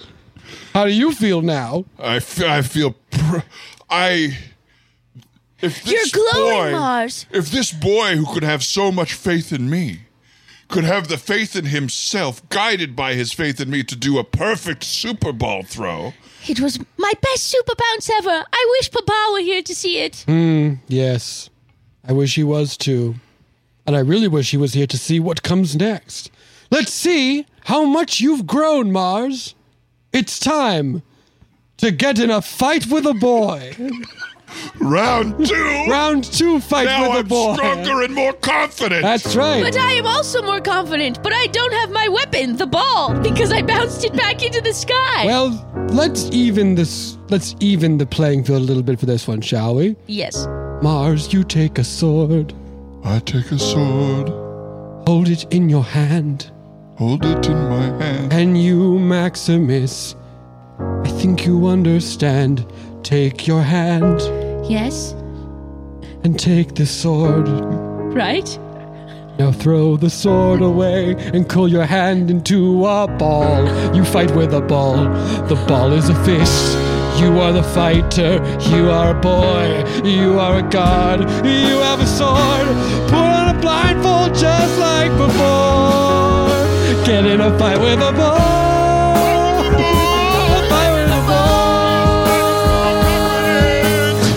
How do you feel now?
I, f- I feel. Pr- I. If this
You're glowing,
boy,
Mars.
If this boy who could have so much faith in me could have the faith in himself, guided by his faith in me, to do a perfect Super Bowl throw.
It was my best super bounce ever. I wish Papa were here to see it.
Hmm. Yes, I wish he was too. And I really wish he was here to see what comes next. Let's see how much you've grown, Mars. It's time to get in a fight with a boy.
Round two.
Round two fight
now
with a
I'm
boy.
stronger and more confident.
That's right.
But I am also more confident, but I don't have my weapon, the ball, because I bounced it back into the sky.
Well, let's even this. Let's even the playing field a little bit for this one, shall we?
yes.
Mars, you take a sword,
I take a sword,
hold it in your hand,
hold it in my hand.
and you, Maximus, I think you understand. Take your hand
Yes.
and take the sword.
Right?
Now throw the sword away and curl your hand into a ball. You fight with a ball. The ball is a fist. You are the fighter. You are a boy. You are a god. You have a sword. Put on a blindfold just like before. Get in a fight with a ball. Fight with a ball.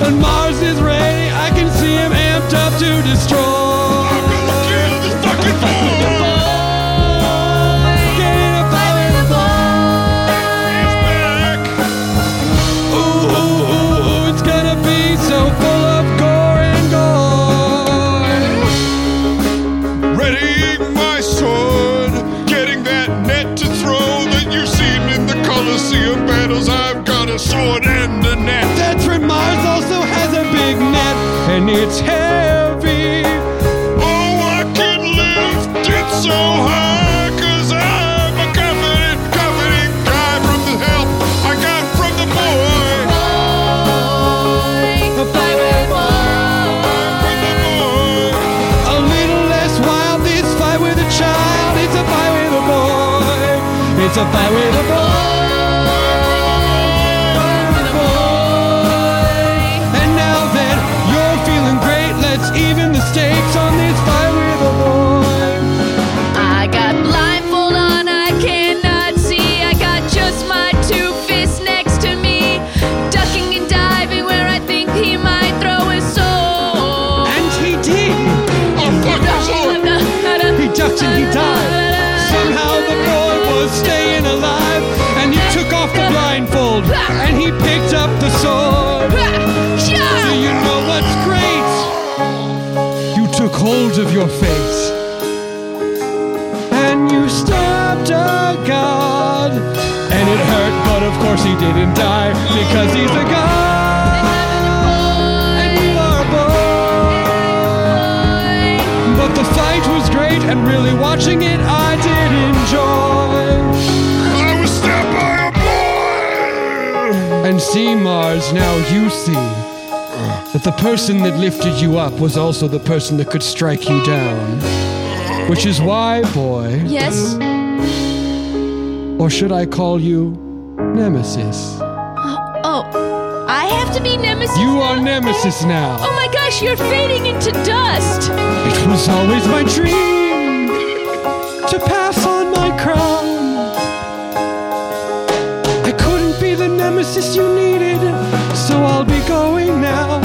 And Mars is ready. I can see him amped up to destroy.
Kill this fucking boy.
Ooh, it's gonna be so full of gore and gore.
Readying my sword, getting that net to throw that you've seen in the Colosseum battles. I've got a sword and a net.
That's right, Mars also has a big net, and it's heavy.
Oh, I can lift it so high, cause I'm a confident, confident guy from the help I got from the boy.
A fight with
From the boy.
a little less wild. This fight with a child, it's a fight with a boy. It's a fight with a boy. Fight with a boy. out of your face. And you stabbed a god. And it hurt, but of course he didn't die because he's a god. And you are a boy. But the fight was great, and really watching it, I did enjoy. I was stabbed by a boy! And see, Mars, now you see that the person that lifted you up was also the person that could strike you down. Which is why, boy.
Yes.
Or should I call you Nemesis?
Oh, I have to be Nemesis.
You are Nemesis now.
Oh my gosh, you're fading into dust.
It was always my dream to pass on my crown. I couldn't be the Nemesis you needed, so I'll be going now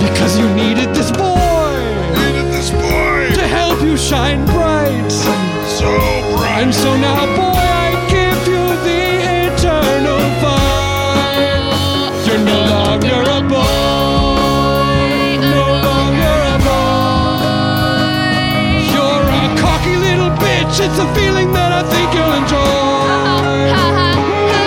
because you needed this boy. Needed this boy to help you shine bright. So bright. And so now, boy, I give you the eternal fire. You're no longer a boy. No longer a boy. You're a cocky little bitch. It's a feeling that I think you'll enjoy. No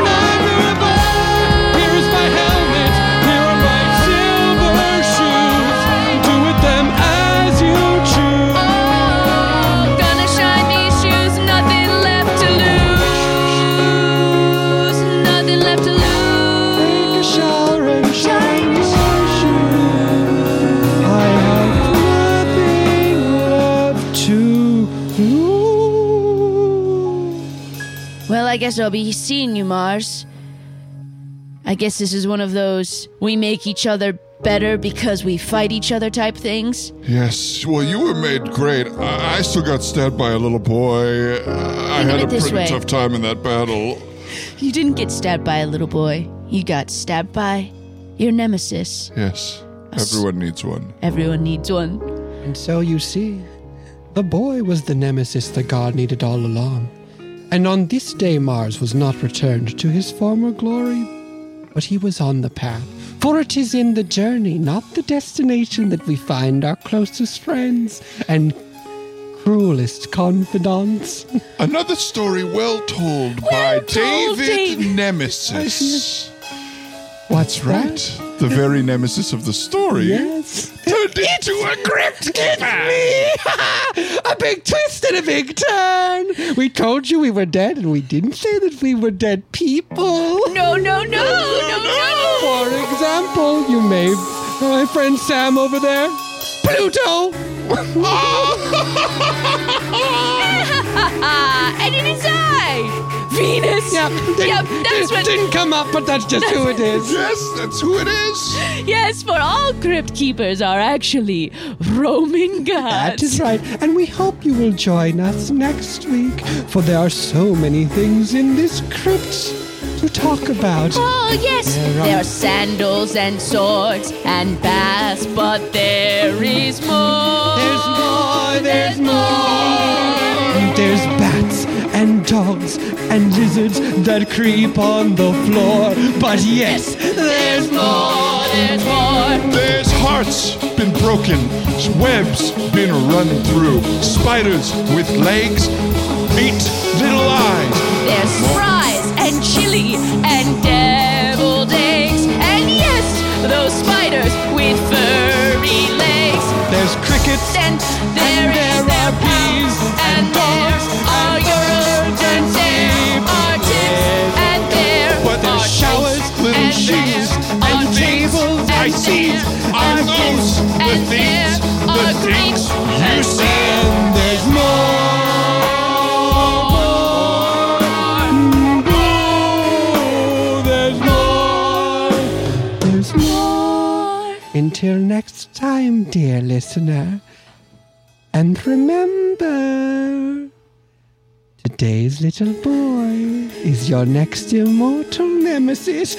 longer a boy. Here is my helmet. Here are my silver shoes. Do with them as you choose.
Gonna shine these shoes, nothing left to lose. Nothing left to lose.
Take a shower and shine your shoes. I have nothing left to
Well, I guess I'll be seeing you, Mars. I guess this is one of those we make each other better because we fight each other type things.
Yes. Well, you were made great. I, I still got stabbed by a little boy. I
Think of
had
it
a
this
pretty
way.
tough time in that battle.
You didn't get stabbed by a little boy, you got stabbed by your nemesis.
Yes. Everyone needs one.
Everyone needs one.
And so you see, the boy was the nemesis the god needed all along. And on this day, Mars was not returned to his former glory, but he was on the path. For it is in the journey, not the destination, that we find our closest friends and cruelest confidants.
Another story well told by
told,
David
David.
Nemesis.
What's
right? The very nemesis of the story.
Yes.
Turned into a crypt
me! a big twist and a big turn! We told you we were dead, and we didn't say that we were dead people.
Oh,
No, no, no, no, no.
For example, you may. My friend Sam over there. Pluto!
and it is I, Venus.
Yep. Didn't,
Yep, that's what.
didn't come up, but that's just who it is.
Yes, that's who it is.
Yes, for all crypt keepers are actually Roman
That
gods.
is right. And we hope you will join us next week, for there are so many things in this crypt to talk about.
Oh, yes, there are sandals and swords and bass, but there is more.
There's more, there's more. There's bats and dogs and lizards that creep on the floor. But yes, there's more.
There's more.
There's hearts been broken, webs been run through, spiders with legs, eight little eyes.
There's fries and chili and deviled eggs. And yes, those spiders with furry legs.
There's crickets.
And there
And
is
there
their
are bees
pound,
and dogs
there are
and
euros.
birds and
And there
sheep.
are tips. And there
But
are
there's showers,
drinks,
little
and there
sheets,
are
and
drinks,
tables,
and
I see.
there
Are
are
those
gifts,
the
and
things,
there
the
are
things
drinks,
you
and
see?
And there's more. More. There's more. There's more. Until next time, dear listener. And remember, today's little boy is your next immortal nemesis.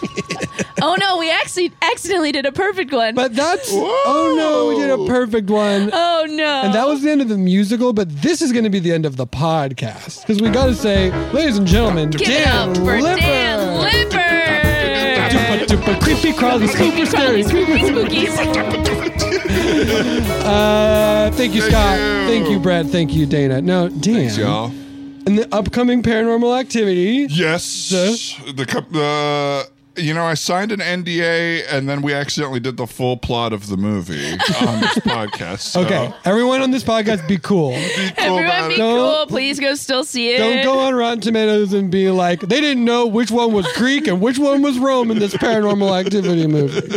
Oh no, we actually accidentally did a perfect one.
But that's. Oh no, we did a perfect one.
oh no.
And that was the end of the musical, but this is going to be the end of the podcast because we got to say, ladies and gentlemen,
Give it up for Dan
But creepy crawly, super scary, creepy Uh, thank you, Scott. Thank you, Brad. Thank you, Dana. No, Dan.
y'all.
And the upcoming paranormal activity.
Yes. The cup. Uh, you know, I signed an NDA, and then we accidentally did the full plot of the movie on this podcast. so-
Okay, everyone on this podcast, be cool. be
Everyone be cool. Please go still see it.
Don't go on Rotten Tomatoes and be like, they didn't know which one was Greek and which one was Rome in this paranormal activity movie.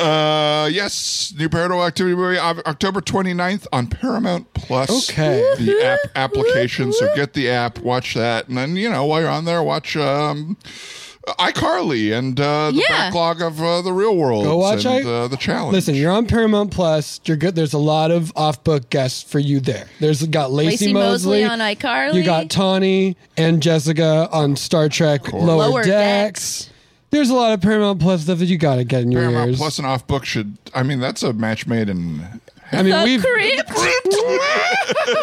Uh, yes, new Paranormal Activity movie, Oc- October 29th on Paramount Plus.
Okay.
The app application. So get the app, watch that, and then, you know, while you're on there, watch um, iCarly and uh, the
Yeah.
backlog of uh, The Real World.
Go watch
and,
I-
uh, The Challenge.
Listen, you're on Paramount Plus. You're good. There's a lot of off-book guests for you there. There's got Lacey,
Lacey Mosley
Mosley,
on iCarly.
You got Tawny and Jessica on Star Trek Lower,
Lower
Decks. There's a lot of Paramount Plus stuff that you got to get in your
Paramount
ears.
Plus and Off Book should, I mean, that's a match made in.
I mean, we've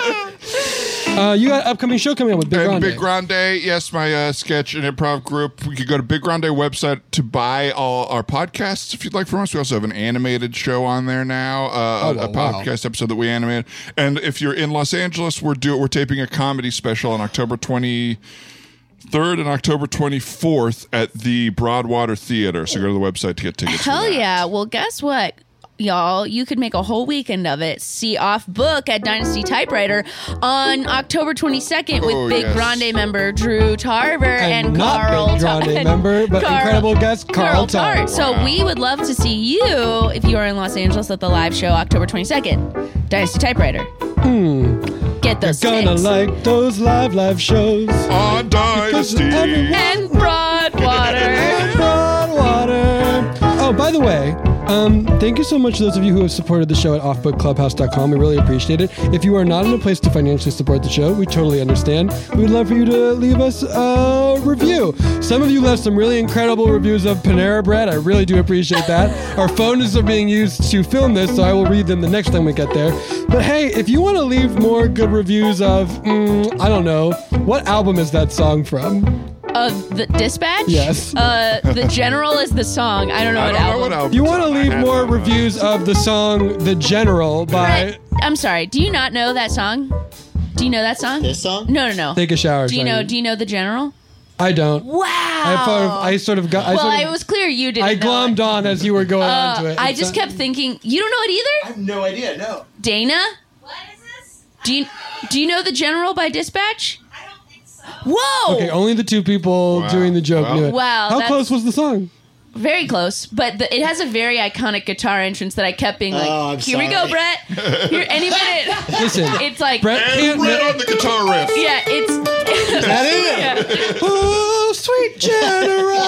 uh, you got upcoming show coming up with Big
And
Grande.
Big Grande, yes, my uh, sketch and improv group. You can go to Big Grande website to buy all our podcasts if you'd like from us. We also have an animated show on there now, uh,
Oh,
a, a
wow, wow.
podcast episode that we animated. And if you're in Los Angeles, we're do we're taping a comedy special on October 23rd and October 24th at the Broadwater Theater. So go to the website to get tickets. for
Hell
that.
yeah. Well, guess what? Y'all, you could make a whole weekend of it. See off book at Dynasty Typewriter on October 22nd with
Oh,
Big
yes.
Grande member Drew Tarver and,
not
Carl
Big Grande
Tart-
member, but
Carl-
incredible guest Carl,
Carl
Tart.
Tart. So we would love to see you if you are in Los Angeles at the live show October 22nd. Dynasty Typewriter. Get
Hmm. You're
those
gonna
tickets.
like those live live shows.
On Dynasty.
and Broadwater.
Broadwater. Oh, by the way, um, thank you so much to those of you who have supported the show at offbookclubhouse.com. We really appreciate it. If you are not in a place to financially support the show, we totally understand. We'd love for you to leave us a review. Some of you left some really incredible reviews of Panera Bread. I really do appreciate that. Our phones are being used to film this, so I will read them the next time we get there. But hey, if you want to leave more good reviews of, mm, I don't know, what album is that song from?
Of the Dispatch?
Yes.
Uh, the General is the song. I don't know
I
what
don't know
album.
what album.
You want to leave more reviews of the song The General by
Brett, I'm sorry. Do you not know that song? Do you know that song? This song? No, no, no.
Take a Shower.
do you know?
Zion.
Do you know the general?
I don't.
Wow.
I, sort of, I sort of got. I,
well,
sort
I
of,
was clear you didn't.
I
know
glommed
it.
on as you were going on to
Uh,
it.
I
It's
just
not-
kept thinking. You don't know it either. I have no idea. No. Dana. What is this? Do you do you know the general by dispatch? I don't think so. Whoa.
Okay, only the two people
Wow.
doing the joke
Wow.
knew it.
Wow,
How
that's-
close was the song?
Very close, but the, it has a very iconic guitar entrance that I kept being like,
Oh, I'm
"Here we go,
sorry.
Brett! Here, any minute."
Listen,
It's like,
Brett can't.
And right on the guitar riff.
yeah, it's that is.
oh, sweet general.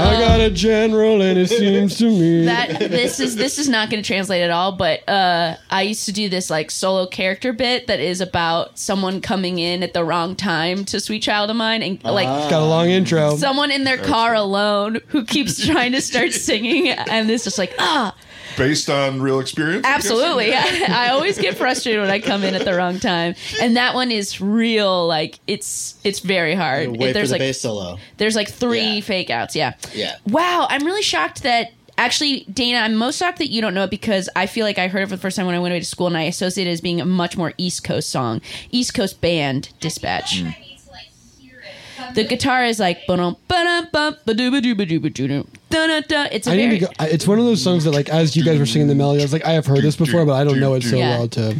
I got a general, and it seems to me.
that this is this is not going to translate at all but uh i used to do this like solo character bit that is about someone coming in at the wrong time to sweet child of mine and like
got a long intro.
someone in their car alone who keeps trying to start singing and it's just like ah
Based on real experience? I guess?
absolutely I, I always get frustrated when i come in at the wrong time and that one is real like it's it's very hard
Wait for
there's
the
like
bass solo.
there's like three
Yeah.
fake outs. Yeah.
Yeah.
Wow. I'm really shocked that actually, Dana, I'm most shocked that you don't know it because I feel like I heard it for the first time when I went away to school and I associate it as being a much more East Coast song, East Coast band dispatch. The guitar is like ba-dum, ba-dum, bum, ba-doo-ba-doo, ba-doo-ba-doo-doo, da-da-da. It's a
I need
very
to go. I- It's one of those songs that, like, as you guys were singing the melody, I was like, I have heard this before, but I don't know it so
Yeah.
well to.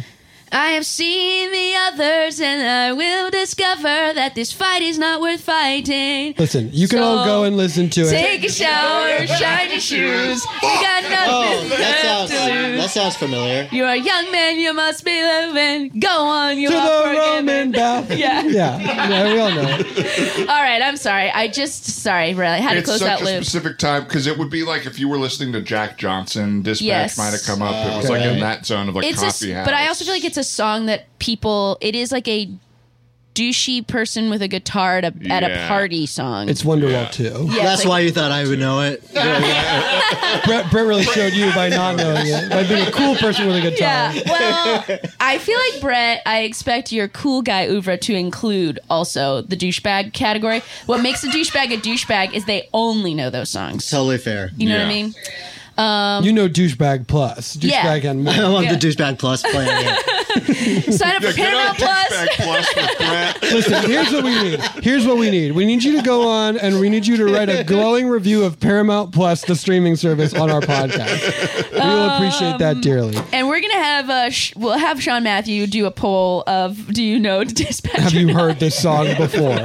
I have seen the others and I will discover that this fight is not worth fighting.
Listen, you can all
So-
go and listen to it.
Take a shower, shine your shoes. You got
Oh, that
nothing left
sounds
to lose.
that sounds familiar.
You're a young man, you must be living. Go on, you
to
are
the
forgiven.
Roman bath.
Yeah.
yeah, yeah, we all know. it.
All right, I'm sorry. I just sorry, really. I had to
it's
close
such
that
a
loop.
specific time because it would be like if you were listening to Jack Johnson, Dispatch
Yes.
might have come up. it was like in that zone of like
It's a,
coffee
s-
house.
but I also feel like it's a song that people. It is like a douchey person with a guitar at a, at a
Yeah.
party song.
It's Wonderwall too.
Yeah,
That's
it's like-
why you thought I would know it.
Brett, Brett really showed you by not knowing it, by being a cool person with a guitar.
Yeah. Well, I feel like Brett. I expect your cool guy oeuvre to include also the douchebag category. What makes a douchebag a douchebag is they only know those songs.
Totally fair.
You know what I mean? Um,
you know, douchebag plus,
Yeah.
douchebag and more.
I want the Yeah.
douchebag plus playing.
sign up for Paramount Plus.
Listen, here's what we need. Here's what we need. We need you to go on and we need you to write a glowing review of Paramount Plus, the streaming service, on our podcast. We will appreciate
Um,
that dearly.
And we're gonna have uh, sh- we'll have Sean Matthew do a poll of do you know dispatch?
Have you heard this song before?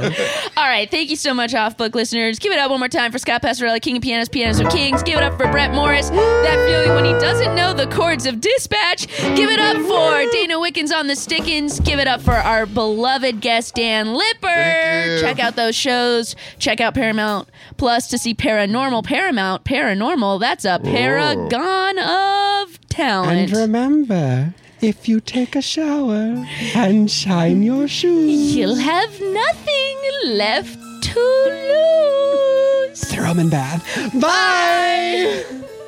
All right, thank you so much, Off Book listeners. Give it up one more time for Scott Passarella, King of Pianists, Pianist of Kings. Give it up for Brett Morris, that feeling when he doesn't know the chords of dispatch. Give it up for Dana Wickens on the Stickins. Give it up for our beloved guest, Dan Lipper. Check out those shows. Check out Paramount Plus to see Paranormal. Paramount, Paranormal, that's a paragon of talent.
And remember, if you take a shower and shine your shoes,
You'll have nothing left to lose.
throw them in bath. Bye.